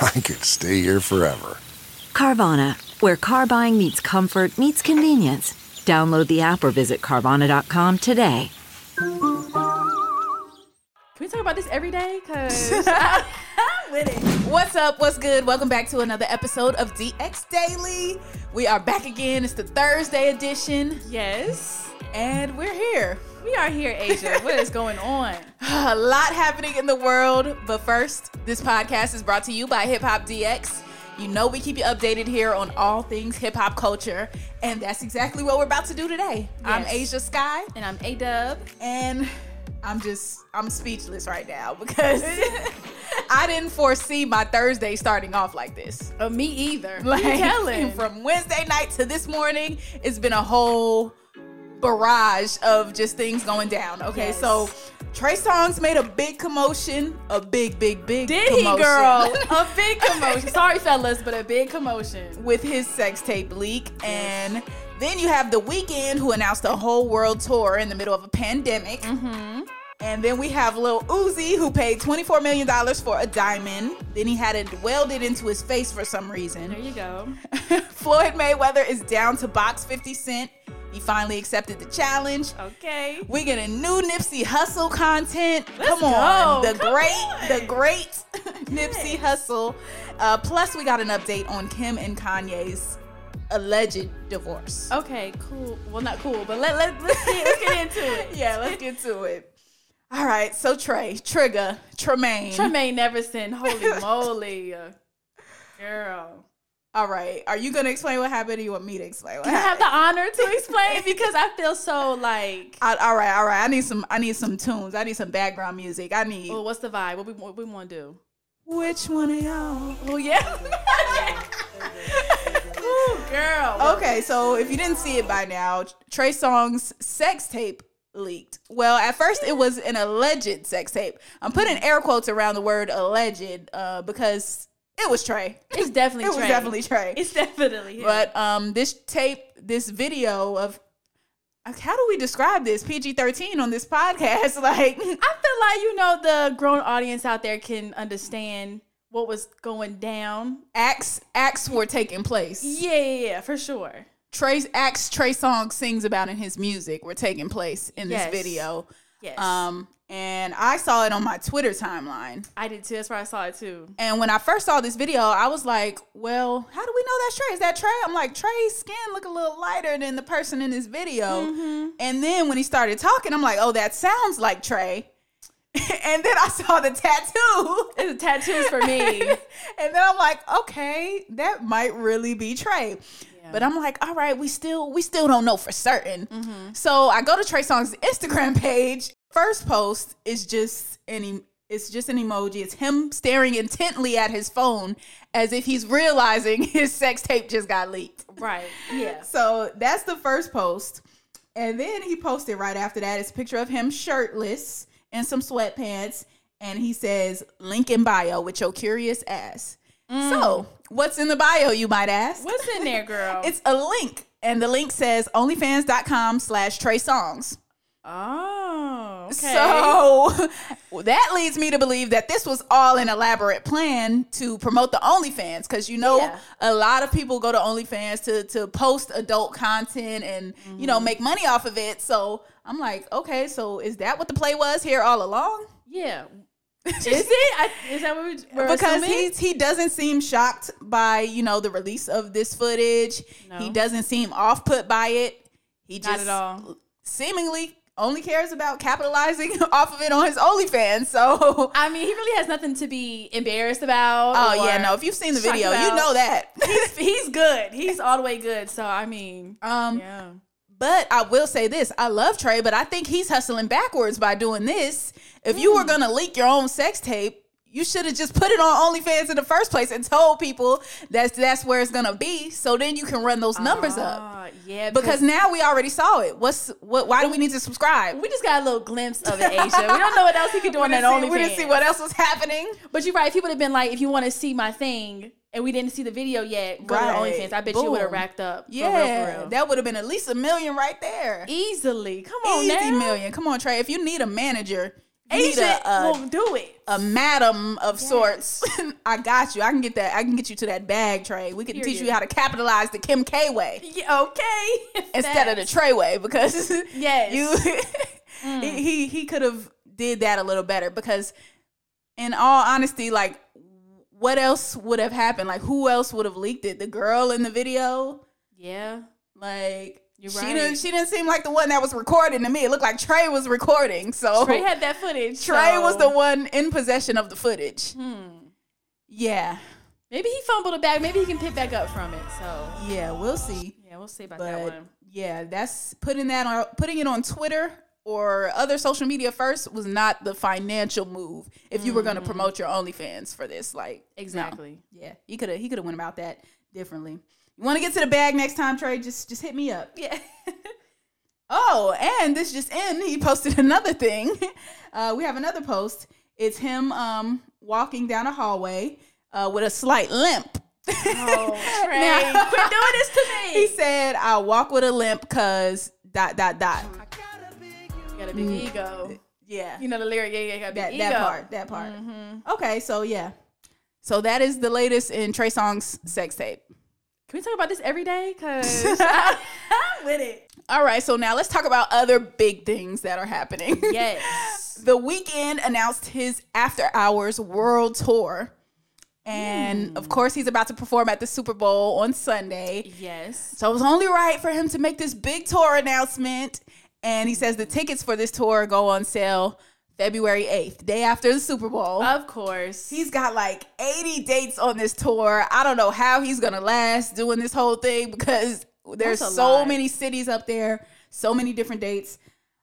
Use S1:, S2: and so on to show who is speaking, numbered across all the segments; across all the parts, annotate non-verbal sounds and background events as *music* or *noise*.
S1: I could stay here forever.
S2: Carvana, where car buying meets comfort, meets convenience. Download the app or visit Carvana.com today.
S3: Can we talk about this every day? *laughs* Cause I- I'm with it. What's up? What's good? Welcome back to another episode of DX Daily. We are back again. It's the Thursday edition,
S4: Yes.
S3: and we're here.
S4: We are here, Asia. What is going on?
S3: *sighs* A lot happening in the world, but first, this podcast is brought to you by Hip Hop DX. You know we keep you updated here on all things hip hop culture, and that's exactly what we're about to do today. I'm
S4: Yes.
S3: Asia Sky,
S4: And I'm A Dub.
S3: and I'm just I'm speechless right now *laughs* because I didn't foresee my Thursday starting off like this.
S4: Oh, me either.
S3: Like
S4: you
S3: *laughs*
S4: telling?
S3: from Wednesday night to this morning, it's been a whole barrage of just things going down. Okay,
S4: Yes.
S3: so Trey Songz made a big commotion, a big, big, big
S4: Did
S3: commotion *laughs*
S4: he, *laughs* girl? a big commotion. Sorry, fellas, but a big commotion.
S3: with his sex tape leak. And then you have The Weeknd, who announced a whole world tour in the middle of a pandemic. And then we have Lil Uzi, who paid $24 million for a diamond. Then he had it welded into his face for some reason.
S4: There you go.
S3: *laughs* Floyd Mayweather is down to box 50 Cent. He finally accepted the challenge.
S4: Okay.
S3: We get a new Nipsey Hustle content. Come
S4: go.
S3: on, the
S4: Come on.
S3: great, the great *laughs* Nipsey Hustle. Uh, plus, we got an update on Kim and Kanye's alleged divorce.
S4: Okay, cool. Well, not cool, but let, let, let's, get, let's get into *laughs*
S3: *laughs*
S4: it.
S3: Yeah, let's get to it. All right, so Trey, Trigger, Tremaine.
S4: Tremaine Everson. *laughs* Holy moly. Girl.
S3: All right, are you gonna explain what happened, or you want me to explain what
S4: I have *laughs*
S3: happened?
S4: the honor to explain because I feel so like.
S3: I- all right, all right. I need some. I need some tunes. I need some background music. I need.
S4: Well, what's the vibe? What we, what we want to do?
S3: Which one of y'all?
S4: Well, Oh, *laughs* yeah. Ooh, girl.
S3: Okay, so if you didn't see it by now, Trey Songz's sex tape leaked. Well, at first it was an alleged sex tape. I'm putting air quotes around the word alleged uh, because it was Trey.
S4: It's definitely
S3: It was
S4: Trey.
S3: definitely Trey.
S4: It's definitely him.
S3: But um, this tape, this video of like, how do we describe this PG 13 on this podcast? *laughs* Like,
S4: I feel like you know the grown audience out there can understand what was going down.
S3: acts acts were taking place.
S4: Yeah, yeah, yeah, for sure.
S3: Trey's acts Trey Song sings about in his music were taking place in this
S4: Yes.
S3: video.
S4: Yes,
S3: Um, and I saw it on my Twitter timeline.
S4: I did too. That's where I saw it too.
S3: And when I first saw this video, I was like, well, how do we know that's Trey? Is that Trey? I'm like, Trey's skin look a little lighter than the person in this video. And then when he started talking, I'm like, oh, that sounds like Trey. *laughs* and then I saw the tattoo.
S4: It's tattoos for
S3: *laughs*
S4: me.
S3: and then I'm like, okay, that might really be Trey. But I'm like, all right, we still we still don't know for certain. So I go to Trey Song's Instagram page. First post is just any it's just an emoji. It's him staring intently at his phone as if he's realizing *laughs* his sex tape just got leaked.
S4: right.
S3: *laughs*
S4: Yeah.
S3: So that's the first post. And then he posted right after that is a picture of him shirtless and some sweatpants. And he says, link in bio with your curious ass. So, what's in the bio, you might ask?
S4: What's in there, girl?
S3: It's a link. And the link says onlyfans.com slash Trey Songs.
S4: oh. Okay.
S3: So *laughs* that leads me to believe that this was all an elaborate plan to promote the OnlyFans because you know
S4: Yeah.
S3: a lot of people go to OnlyFans to to post adult content and you
S4: Mm-hmm.
S3: know make money off *laughs* of it. So I'm like, okay, so is that what the play was here all along?
S4: yeah. Is it? I, is that what we, we're
S3: because
S4: assuming?
S3: he's, he doesn't seem shocked by you know the release of this footage.
S4: No.
S3: He doesn't seem off put by it. He
S4: Not
S3: just
S4: at all.
S3: seemingly only cares about capitalizing *laughs* off of it on his OnlyFans. So,
S4: I mean, he really has nothing to be embarrassed about.
S3: oh
S4: or
S3: yeah, no. If you've seen the
S4: shocked
S3: video, you
S4: about.
S3: know that.
S4: he's *laughs* he's good. He's all the way good. So I mean,
S3: *laughs* um,
S4: yeah.
S3: But I will say this: I love Trey, but I think he's hustling backwards by doing this. If you
S4: Mm.
S3: were gonna leak your own sex tape, you should have just put it on OnlyFans in the first place and told people that's that's where it's gonna be. So then you can run those numbers up.
S4: Ah, yeah,
S3: Because now we already saw it. What's what? Why do we need to subscribe?
S4: we just got a little glimpse of it, Asia. We don't know what else he could do on that
S3: see, *laughs* we didn't
S4: OnlyFans.
S3: see what else was happening.
S4: But you're right. If he would have been like, if you want to see my thing, and we didn't see the video yet, go
S3: Right.
S4: to OnFans. I bet you would have
S3: Boom.
S4: racked up. for real, for
S3: Yeah,
S4: real.
S3: that would have been at least a million right there.
S4: easily. Come on,
S3: Easy
S4: now.
S3: million. Come on, Trey. If you need a manager, you need
S4: Asia
S3: a- a
S4: will do it.
S3: a madam of sorts. *laughs* I got you. I can get that. I can get you to that bag tray. We can teach
S4: Period.
S3: you how to capitalize the Kim K way *laughs*
S4: Yeah, *laughs* okay.
S3: instead of the tray way because *laughs*
S4: Yes.
S3: you
S4: Mm.
S3: he he, he could have did that a little better because in all honesty, like what else would have happened? Like who else would have leaked it? The girl in the video,
S4: yeah.
S3: like.
S4: You're
S3: She
S4: right.
S3: didn't. She didn't seem like the one that was recording to me. It looked like Trey was recording. So
S4: Trey had that footage.
S3: Oh. Trey
S4: so-
S3: was the one in possession of the footage.
S4: Hmm.
S3: Yeah.
S4: Maybe he fumbled a bag. Maybe he can pick back up from it. So
S3: Yeah, we'll see.
S4: yeah, we'll see about that
S3: But
S4: one.
S3: yeah, that's putting that on putting it on Twitter or other social media first was not the financial move if you were going to promote your OnlyFans for this. Like no.
S4: Mm-hmm. Exactly.
S3: Yeah, he could have he could have went about that differently. You want to get to the bag next time, Trey? Just just hit me up. *laughs*
S4: Yeah.
S3: Oh, and this just in, he posted *laughs* another thing. Uh, we have another post. It's him um, walking down a hallway uh, with a slight limp.
S4: Oh, Trey,
S3: *laughs* Now- *laughs*
S4: quit doing this to
S3: He
S4: me.
S3: said, "I walk with a limp, cause dot dot
S4: Oh
S3: dot."
S4: You got a big ego.
S3: Yeah,
S4: You know the lyric. Yeah, yeah, got a big
S3: that
S4: ego. Mm-hmm.
S3: that part, that part. Okay, so yeah, so that is the latest in Trey Songz sex tape.
S4: Can we talk about this every day?
S3: *laughs*
S4: Cause I, am with it.
S3: All right, so now let's talk about other big things that are happening. *laughs*
S4: Yes.
S3: The weekend announced his After Hours World Tour. And of course, he's about to perform at the Super Bowl on Sunday.
S4: Yes.
S3: So it was only right for him to make this big tour announcement. And he says the tickets for this tour go on sale February 8th, day after the Super Bowl.
S4: Of course.
S3: He's got like 80 dates on this tour. I don't know how he's going to last doing this whole thing because there's
S4: That's a
S3: so
S4: lot.
S3: many cities up there, so many different dates.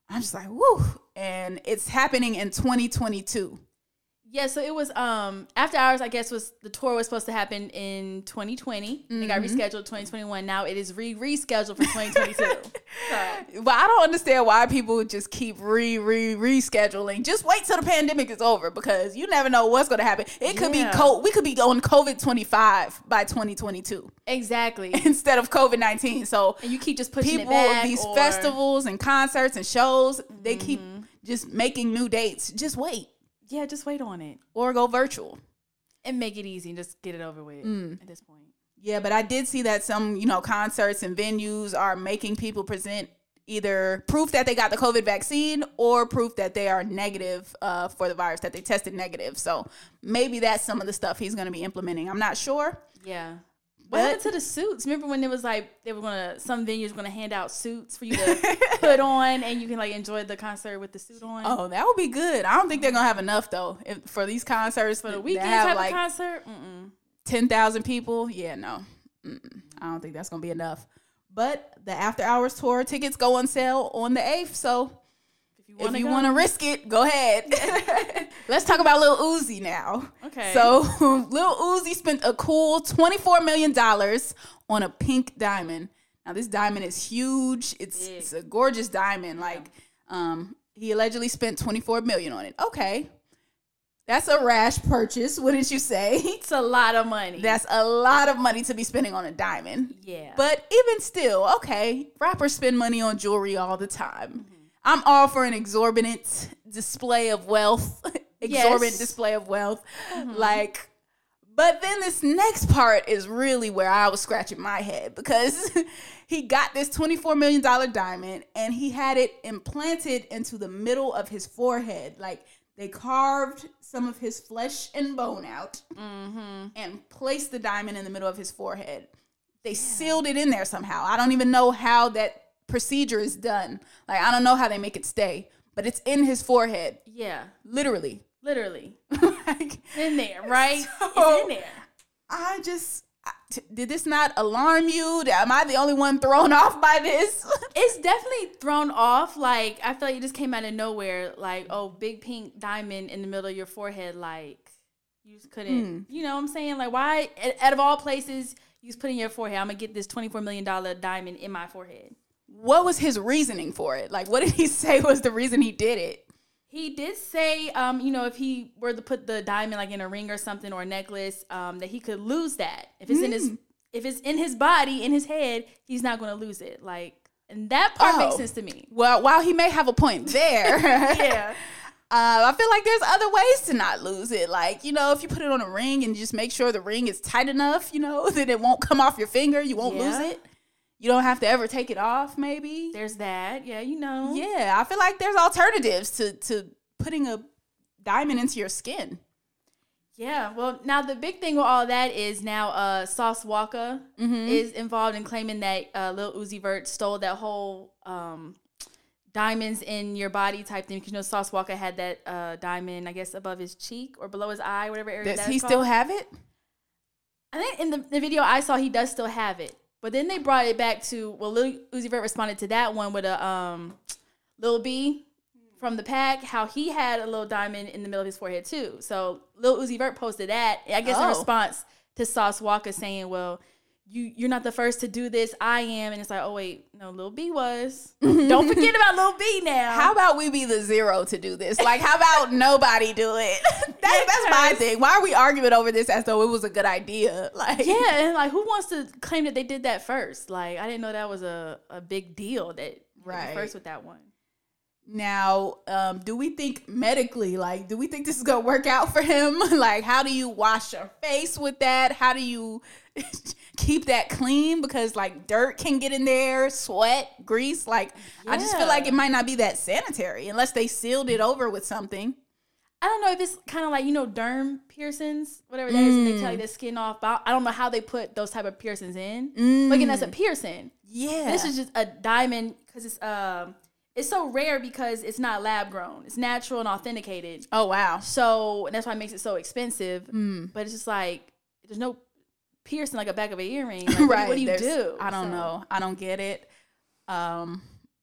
S3: I'm just like, woo. And it's happening in 2022.
S4: Yeah, so it was um after hours. I guess was the tour was supposed to happen in 2020. It got
S3: Mm-hmm.
S4: rescheduled 2021. Now it is re rescheduled for
S3: *laughs*
S4: 2022. so,
S3: But I don't understand why people just keep re, re, rescheduling. Just wait till the pandemic is over because you never know what's going to happen. It could
S4: Yeah.
S3: be co- we could be on COVID 25 by 2022
S4: exactly.
S3: *laughs* instead of COVID 19. So
S4: And you keep just pushing it
S3: people
S4: back.
S3: at these
S4: or- Mm-hmm.
S3: festivals and concerts and shows they keep just making new dates just wait
S4: Yeah, just wait on it
S3: or go virtual
S4: and make it easy and just get it over with
S3: Mm.
S4: at this point.
S3: yeah but i did see that some you know concerts and venues are making people present either proof that they got the covid vaccine or proof that they are negative uh, for the virus that they tested negative so maybe that's some of the stuff he's going to be implementing i'm not sure
S4: Yeah. What
S3: But-
S4: happened to the suits? Remember when it was like they were gonna some venues were gonna hand out suits for you
S3: *laughs*
S4: to put on and you can like enjoy the concert with the suit on.
S3: oh that would be good i don't think they're going to have enough though if, for these concerts for
S4: the weekend
S3: have,
S4: type
S3: like,
S4: of concert. Mm-mm.
S3: ten thousand people. Yeah, no, Mm-mm. I don't think that's gonna be enough. But the after hours tour tickets go on sale on the eighth. So if you
S4: go?
S3: want to risk it, go
S4: *laughs*
S3: ahead. Let's talk about Lil Uzi now.
S4: Okay.
S3: So *laughs* Lil Uzi spent a cool twenty four million dollars on a pink diamond. Now this diamond is huge. It's it's a gorgeous diamond. Like um, he allegedly spent twenty four million on it. Okay. That's a rash purchase, *laughs* wouldn't you say?
S4: it's a lot of money.
S3: That's a lot of money to be spending on a diamond.
S4: yeah.
S3: But even still, okay, rappers spend money on jewelry all the time.
S4: Mm-hmm.
S3: I'm all for an exorbitant display of
S4: *laughs*
S3: wealth, exorbitant
S4: Yes.
S3: display of wealth. Like, but then this next part is really where I was scratching my head because *laughs* he got this $24 million diamond and he had it implanted into the middle of his forehead. Like, They carved some of his flesh and bone out and placed the diamond in the middle of his forehead. They sealed it in there somehow. I don't even know how that procedure is done. Like, I don't know how they make it stay, but it's in his forehead,
S4: Yeah,
S3: literally.
S4: literally
S3: *laughs* like,
S4: in there, right?
S3: So-
S4: it's in there.
S3: I just. I- t- Did this not alarm you? Am I the only one thrown *laughs* off by this?
S4: It's definitely thrown off. Like I feel like it just came out of nowhere. Like oh, big pink diamond in the middle of your forehead. Like you just couldn't.
S3: Hmm.
S4: You know what I'm saying? Like why? a- Out of all places, you just put in your forehead. I'm gonna get this 24 million dollar diamond in my forehead.
S3: what was his reasoning for it? Like, what did he *laughs* say was the reason he did it?
S4: He did say, um, you know, if he were to put the diamond like in a ring or something or a necklace, um, that he could lose that if it's in
S3: Hmm.
S4: his if it's in his body in his head, he's not going to lose it. Like, and that part
S3: Oh.
S4: makes sense to me.
S3: Well, while he may have a
S4: *laughs*
S3: point there,
S4: Yeah,
S3: *laughs* uh, I feel like there's other ways to not lose it. Like, you know, if you put it on a ring and just make sure the ring is tight enough, you know, *laughs* that it won't come off your finger, you won't
S4: Yeah.
S3: lose it. You don't have to ever take it off, maybe.
S4: there's that. Yeah, you know.
S3: yeah, I feel like there's alternatives to, to putting a diamond into your skin.
S4: Yeah, well, now the big thing with all that is now uh, Sauce Walker
S3: Mm-hmm.
S4: is involved in claiming that uh, Lil Uzi Vert stole that whole um, diamonds in your body type thing. Because you know Sauce Walker had that uh, diamond, I guess, above his cheek or below his eye, whatever area.
S3: Does
S4: that's
S3: he
S4: called.
S3: still have it?
S4: I think in the, the video I saw, he does still have it. But then they brought it back to well, Lil Uzi Vert responded to that one with a um, Lil B from the pack, how he had a little diamond in the middle of his forehead too. So Lil Uzi Vert posted that, I guess in
S3: Oh.
S4: response to Sauce Walker saying, "Well, you you're not the first to do this. I am." And it's like, "Oh wait, no, Lil B
S3: *laughs*
S4: was. Don't forget about Lil B now."
S3: How about we be the zero to do this? Like, how about nobody do it? *laughs* that, that's my thing. Why are we arguing over this as though it was a good idea? *laughs* Like,
S4: yeah, and like who wants to claim that they did that first? Like I didn't know that was a, a big deal that
S3: Right.
S4: right. first with that one.
S3: Now, um, do we think medically, like, do we think this is gonna work out for him? *laughs* like, how do you wash your face with that? How do you *laughs* keep that clean? Because like dirt can get in there, sweat, grease. Like, I just feel
S4: Yeah.
S3: like it might not be that sanitary unless they sealed it over with something.
S4: I don't know if it's kind of like you know derm piercings, whatever that is. and They tell you
S3: Mm.
S4: the skin off. But I don't know how they put those type of piercings in. But again, that's a piercing.
S3: Mm. Yeah,
S4: This is just a diamond because it's um it's so rare because it's not lab grown. It's natural and authenticated.
S3: oh wow,
S4: So and that's why it makes it so expensive.
S3: Mm.
S4: But it's just like there's no piercing like a back of
S3: *laughs*
S4: an earring. Like, what do-
S3: right?
S4: What do you
S3: there's-
S4: do?
S3: I don't
S4: So-
S3: know. I don't get it. Um,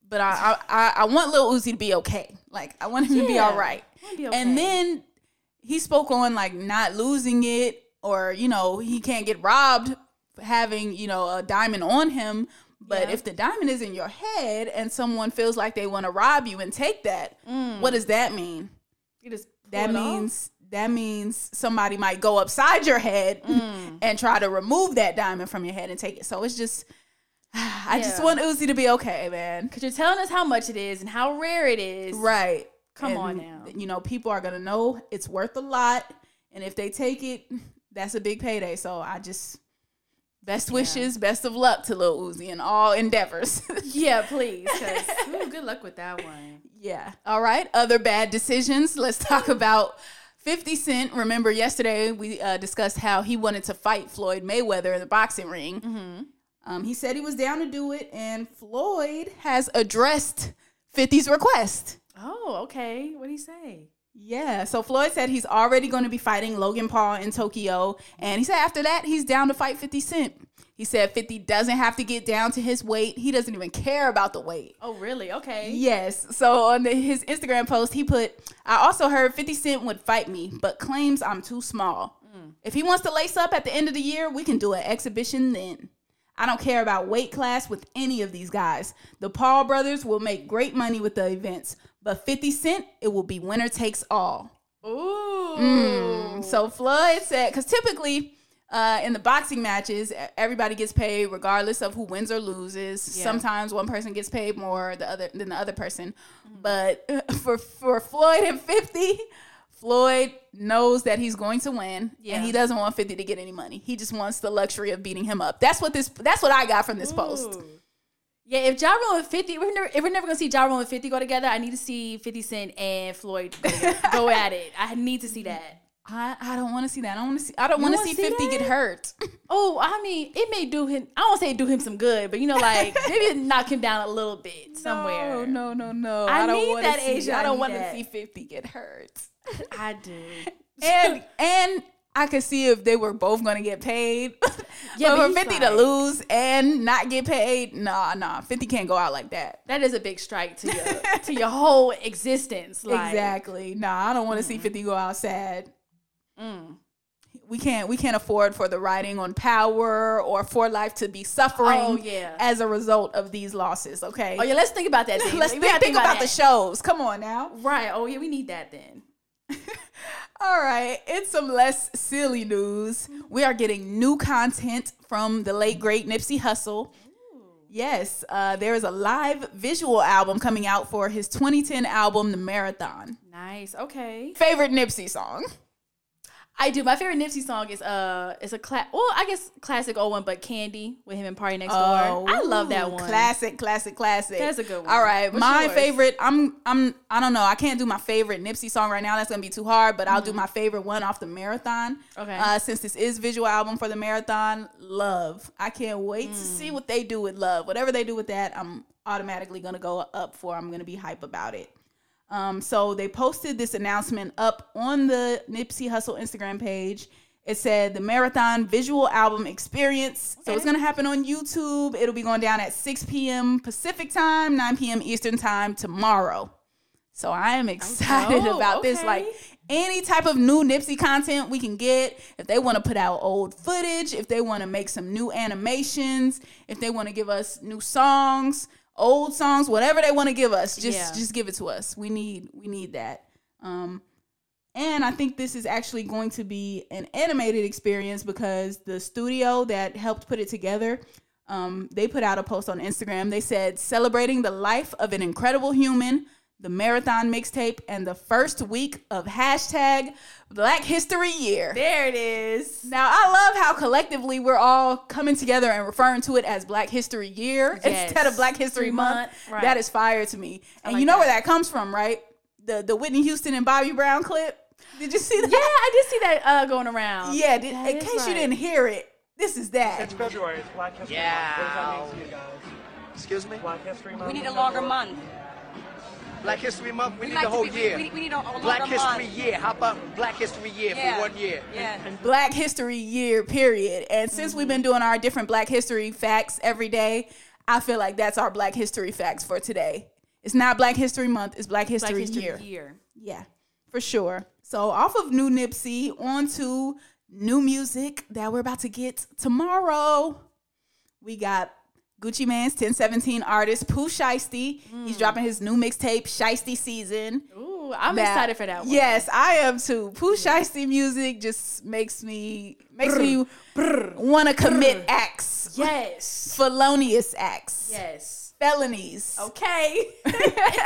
S3: but I I, I, I want Lil Uzi to be okay. Like, I want him to be
S4: Yeah.
S3: all right.
S4: It'd be okay.
S3: And then he spoke on like not losing it or, you know, he can't get robbed having, you know, a diamond on him. But
S4: Yeah.
S3: if the diamond is in your head and someone feels like they want to rob you and take that,
S4: Mm.
S3: what does that mean?
S4: you just pull
S3: That
S4: it off.
S3: means that means somebody might go upside your head
S4: Mm.
S3: and try to remove that diamond from your head and take it. So it's just *sighs* I just
S4: Yeah.
S3: want Uzi to be okay, man.
S4: because you're telling us how much it is and how rare it is.
S3: Right.
S4: Come
S3: And,
S4: on now.
S3: You know, people are gonna know it's worth a lot, and if they take it, that's a big payday. So I just best wishes, best of luck to Lil Uzi in all endeavors. *laughs*
S4: Yeah, please. 'cause- ooh, good luck with that one.
S3: yeah. All right. Other bad decisions. Let's talk about. 50 Cent, remember yesterday we uh, discussed how he wanted to fight Floyd Mayweather in the boxing ring. Um, he said he was down to do it, and Floyd has addressed 50's request.
S4: Oh, okay. What do you say?
S3: Yeah, so Floyd said he's already going to be fighting Logan Paul in Tokyo. And he said after that, he's down to fight 50 Cent. He said 50 doesn't have to get down to his weight. He doesn't even care about the weight.
S4: Oh, really? Okay.
S3: Yes, so on the, his Instagram post, he put, I also heard 50 Cent would fight me, but claims I'm too small. If he wants to lace up at the end of the year, we can do an exhibition then. I don't care about weight class with any of these guys. The Paul brothers will make great money with the events, but 50 Cent, it will be winner takes all.
S4: Ooh.
S3: Mm, So Floyd said, because typically uh, in the boxing matches, e- everybody gets paid regardless of who wins or loses.
S4: Yeah.
S3: Sometimes one person gets paid more the other than the other person.
S4: Mm-hmm.
S3: But *laughs* for for Floyd and Fifty, Floyd knows that he's going to win,
S4: Yeah.
S3: and he doesn't want Fifty to get any money. He just wants the luxury of beating him up. That's what this. That's what I got from this post.
S4: Ooh. Yeah, if Ja Rule and 50, we're never, if we're never going to see Ja Rule and 50 go together, I need to see 50 Cent and Floyd go,
S3: *laughs*
S4: go at it. I need to see that.
S3: I, I don't want to see that. I don't want to see. I don't want to
S4: wanna
S3: see,
S4: see
S3: Fifty
S4: that?
S3: get hurt.
S4: Oh, I mean, it may do him, I won't say do him some good, but you know,
S3: *laughs*
S4: like maybe it knock him down a little bit *laughs* somewhere.
S3: No, no, no, no.
S4: I
S3: don't
S4: need
S3: wanna
S4: that,
S3: see-
S4: Asia.
S3: I
S4: I
S3: don't
S4: need
S3: want to
S4: that.
S3: see Fifty get hurt.
S4: I do.
S3: and and I could see if they were both gonna get paid. *laughs*
S4: Yeah,
S3: but
S4: but
S3: for
S4: he's
S3: Fifty
S4: like-
S3: to lose and not get paid, nah, nah. Fifty can't go out like that.
S4: That is a big strike to your, to your whole existence. Like,
S3: exactly. Nah, I don't want to see Fifty go out sad.
S4: Mm.
S3: We can't. We can't afford for the riding on power or for life to be suffering.
S4: Oh, yeah.
S3: as a result of these losses. Okay.
S4: Oh, yeah, let's think about that. Then.
S3: Let's
S4: We
S3: think,
S4: gotta
S3: think about the
S4: that.
S3: shows. Come on now.
S4: Right. Oh, yeah, we need that then.
S3: All right, it's some less silly news. We are getting new content from the late great Nipsey Hussle. Yes, uh, there is a live visual album coming out for his 2010 album, The Marathon.
S4: Nice. Okay.
S3: Favorite Nipsey song?
S4: I do. My favorite Nipsey song is uh, it's a class. Well, I guess classic old one, but Candy with him and Party Next Door. I love that
S3: Oh, ooh,
S4: one.
S3: Classic, classic, classic.
S4: That's a good one.
S3: All right,
S4: What's
S3: my
S4: yours?
S3: favorite. I'm, I'm, I don't know. I can't do my favorite Nipsey song right now. That's gonna be too hard. But I'll do my favorite one off the marathon.
S4: Okay.
S3: Uh, since this is visual album for the marathon, love. I can't wait to see what they do with love. Whatever they do with that, I'm automatically gonna go up for. I'm gonna be hype about it. Um, so they posted this announcement up on the Nipsey Hustle Instagram page. It said the marathon visual album experience. So it's gonna happen on YouTube. It'll be going down at 6 p.m. Pacific time, 9 p.m. Eastern time tomorrow. So I am excited *laughs*
S4: dope.
S3: about this.
S4: Okay.
S3: Like any type of new Nipsey content we can get. If they want to put out old footage, if they want to make some new animations, if they want to give us new songs, old songs, whatever they want to give us, just
S4: Yeah.
S3: just give it to us. We need we need that. Um, and I think this is actually going to be an animated experience because the studio that helped put it together, um, they put out a post on Instagram. They said, celebrating the life of an incredible human, the marathon mixtape, and the first week of hashtag Black History Year.
S4: There it is.
S3: Now, I love how collectively we're all coming together and referring to it as Black History Year
S4: Yes.
S3: instead of Black History
S4: Three
S3: Month.
S4: month, right.
S3: That is fire to me. And you
S4: like
S3: know where that
S4: that.
S3: comes from, right? The the Whitney Houston and Bobby Brown clip. Did you see
S4: *laughs* Yeah,
S3: that?
S4: I did see that uh, going around.
S3: *laughs* Yeah, did,
S4: That
S3: in
S4: is
S3: case you
S4: right.
S3: didn't hear it, this is that.
S5: It's February. It's Black History Month. What does that mean to you guys?
S6: Excuse me?
S5: Black History Month.
S7: We need a
S5: in
S7: longer
S5: February.
S7: month.
S6: Black History Month? We
S7: We'd
S6: need
S7: like
S6: the
S7: to
S6: whole
S7: be- we-
S6: year.
S7: we- we need a- a longer
S6: Black History
S7: month.
S6: Year. How about Black History Year
S7: Yeah.
S6: for one year?
S7: Yeah.
S3: Black History Year, period. And since we've
S4: Mm-hmm.
S3: been doing our different Black History facts every day, I feel like that's our Black History facts for today. It's not Black History Month, it's Black History,
S4: Black History
S3: Year.
S4: Year.
S3: Yeah, for sure. So off of new Nipsey, onto new music that we're about to get tomorrow. We got Gucci Man's 1017 artist Pooh Shiesty. He's dropping his new mixtape, Shiesty Season.
S4: Mm. Ooh, I'm
S3: that-
S4: excited for that one.
S3: Yes, I am too. Pooh Shiesty music just makes me makes me want to commit acts,
S4: *laughs* Yes.
S3: felonious acts,
S4: Yes.
S3: felonies.
S4: *laughs* Okay.
S3: *laughs*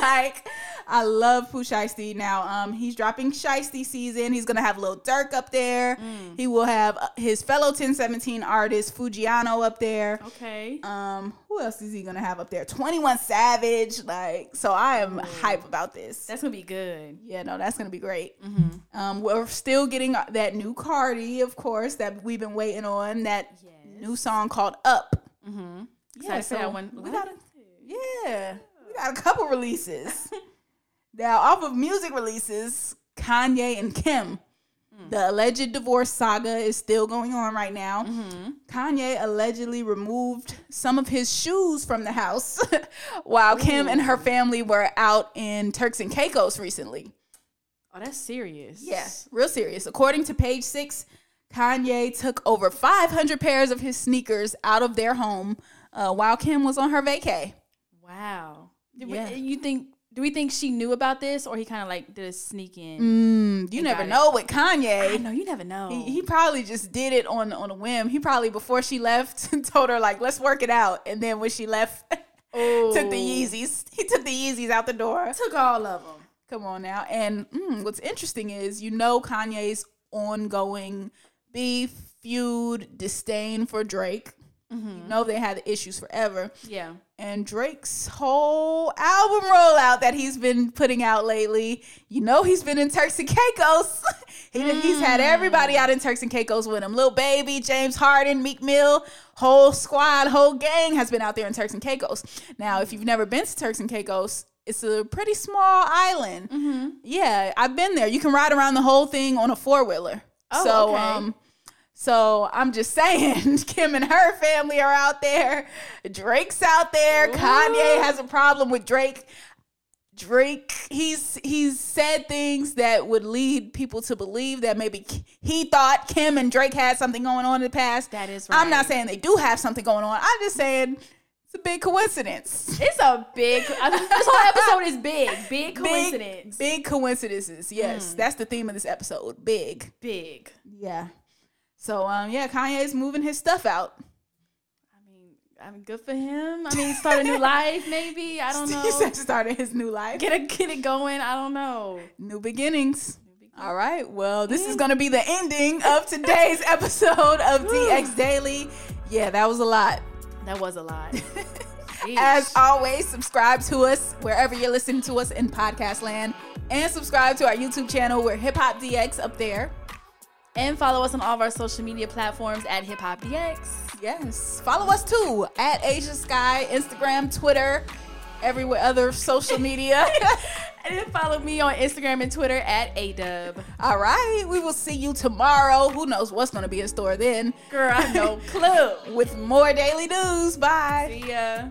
S3: like I love Pooh Shiesty. Now, um, he's dropping Shiesty season. He's gonna have Lil Durk up there.
S4: Mm.
S3: He will have uh, his fellow 1017 artist Fujiano up there.
S4: Oh. Okay.
S3: Um, who else is he gonna have up there? 21 Savage. Like, so I am hype about this.
S4: That's gonna be good.
S3: yeah, no, that's gonna be great. Um, we're still getting that new Cardi, of course, that we've been waiting on. That new song called Up.
S4: Excited for that one.
S3: We got a, yeah, we got a couple releases. now, off of music releases, Kanye and Kim. The alleged divorce saga is still going on right now. Kanye allegedly removed some of his shoes from the house *laughs* while Kim and her family were out in Turks and Caicos recently.
S4: Oh, that's serious.
S3: Yeah, real serious. According to page six, Kanye took over 500 pairs of his sneakers out of their home uh, while Kim was on her vacay.
S4: Wow. Do we-
S3: Yeah.
S4: you think? Do we think she knew about this, or he kind of like did a sneak in?
S3: You never
S4: got it.
S3: know with
S4: I
S3: Kanye.
S4: know you never know.
S3: He, he probably just did it on on a whim. He probably before she left *laughs* told her like, "Let's work it out," and then when she left, *laughs* took the Yeezys. He took the Yeezys out the door.
S4: took all of them.
S3: Come on now. And mm, what's interesting is, you know, Kanye's ongoing beef, feud, disdain for Drake. You know they had issues forever.
S4: Yeah.
S3: And Drake's whole album rollout that he's been putting out lately, you know he's been in Turks and Caicos. *laughs* he, He's had
S4: Hmm.
S3: everybody out in Turks and Caicos with him. Lil Baby, James Harden, Meek Mill, whole squad, whole gang has been out there in Turks and Caicos. Now, if you've never been to Turks and Caicos, it's a pretty small island.
S4: Mm-hmm.
S3: Yeah, I've been there. You can ride around the whole thing on a four wheeler.
S4: Oh,
S3: so,
S4: okay.
S3: um, so I'm just saying, *laughs* Kim and her family are out there. Drake's out there. Kanye has a problem with Drake. Drake, he's he's said things that would lead people to believe that maybe K- he thought Kim and Drake had something going on in the past.
S4: That is
S3: I'm not
S4: right.
S3: saying they do have something going on. I'm just saying it's a big coincidence.
S4: It's a big. I mean, this whole episode is big.
S3: *laughs*
S4: Big coincidence.
S3: Big,
S4: Hmm. Big.
S3: big coincidences. Yes, that's the theme of this episode. Big. Yeah. So um yeah, Kanye's moving his stuff out.
S4: I mean, I mean, good for him. I mean, start
S3: *laughs*
S4: a new life, maybe. I don't
S3: He
S4: know.
S3: said started his new life.
S4: Get it, get it going. I don't know.
S3: new beginnings. Mm. All right. Well, this is going to be the ending of today's *laughs* episode of DX Daily. Yeah, that was a lot.
S4: That was
S3: *laughs*
S4: a lot.
S3: As always, subscribe to us wherever you're listening to us in podcast land and subscribe to our YouTube channel. We're Hip Hop DX up there.
S4: and follow us on all of our social media platforms at Hip Hop DX.
S3: Yes. Follow us too at Asia Sky, Instagram, Twitter, everywhere other social *laughs* media.
S4: And then follow me on Instagram and Twitter at ADub.
S3: All right. We will see you tomorrow. Who knows what's going to be in store then
S4: Girl, I have
S3: *laughs*
S4: no clue.
S3: with more daily news. Bye.
S4: Yeah.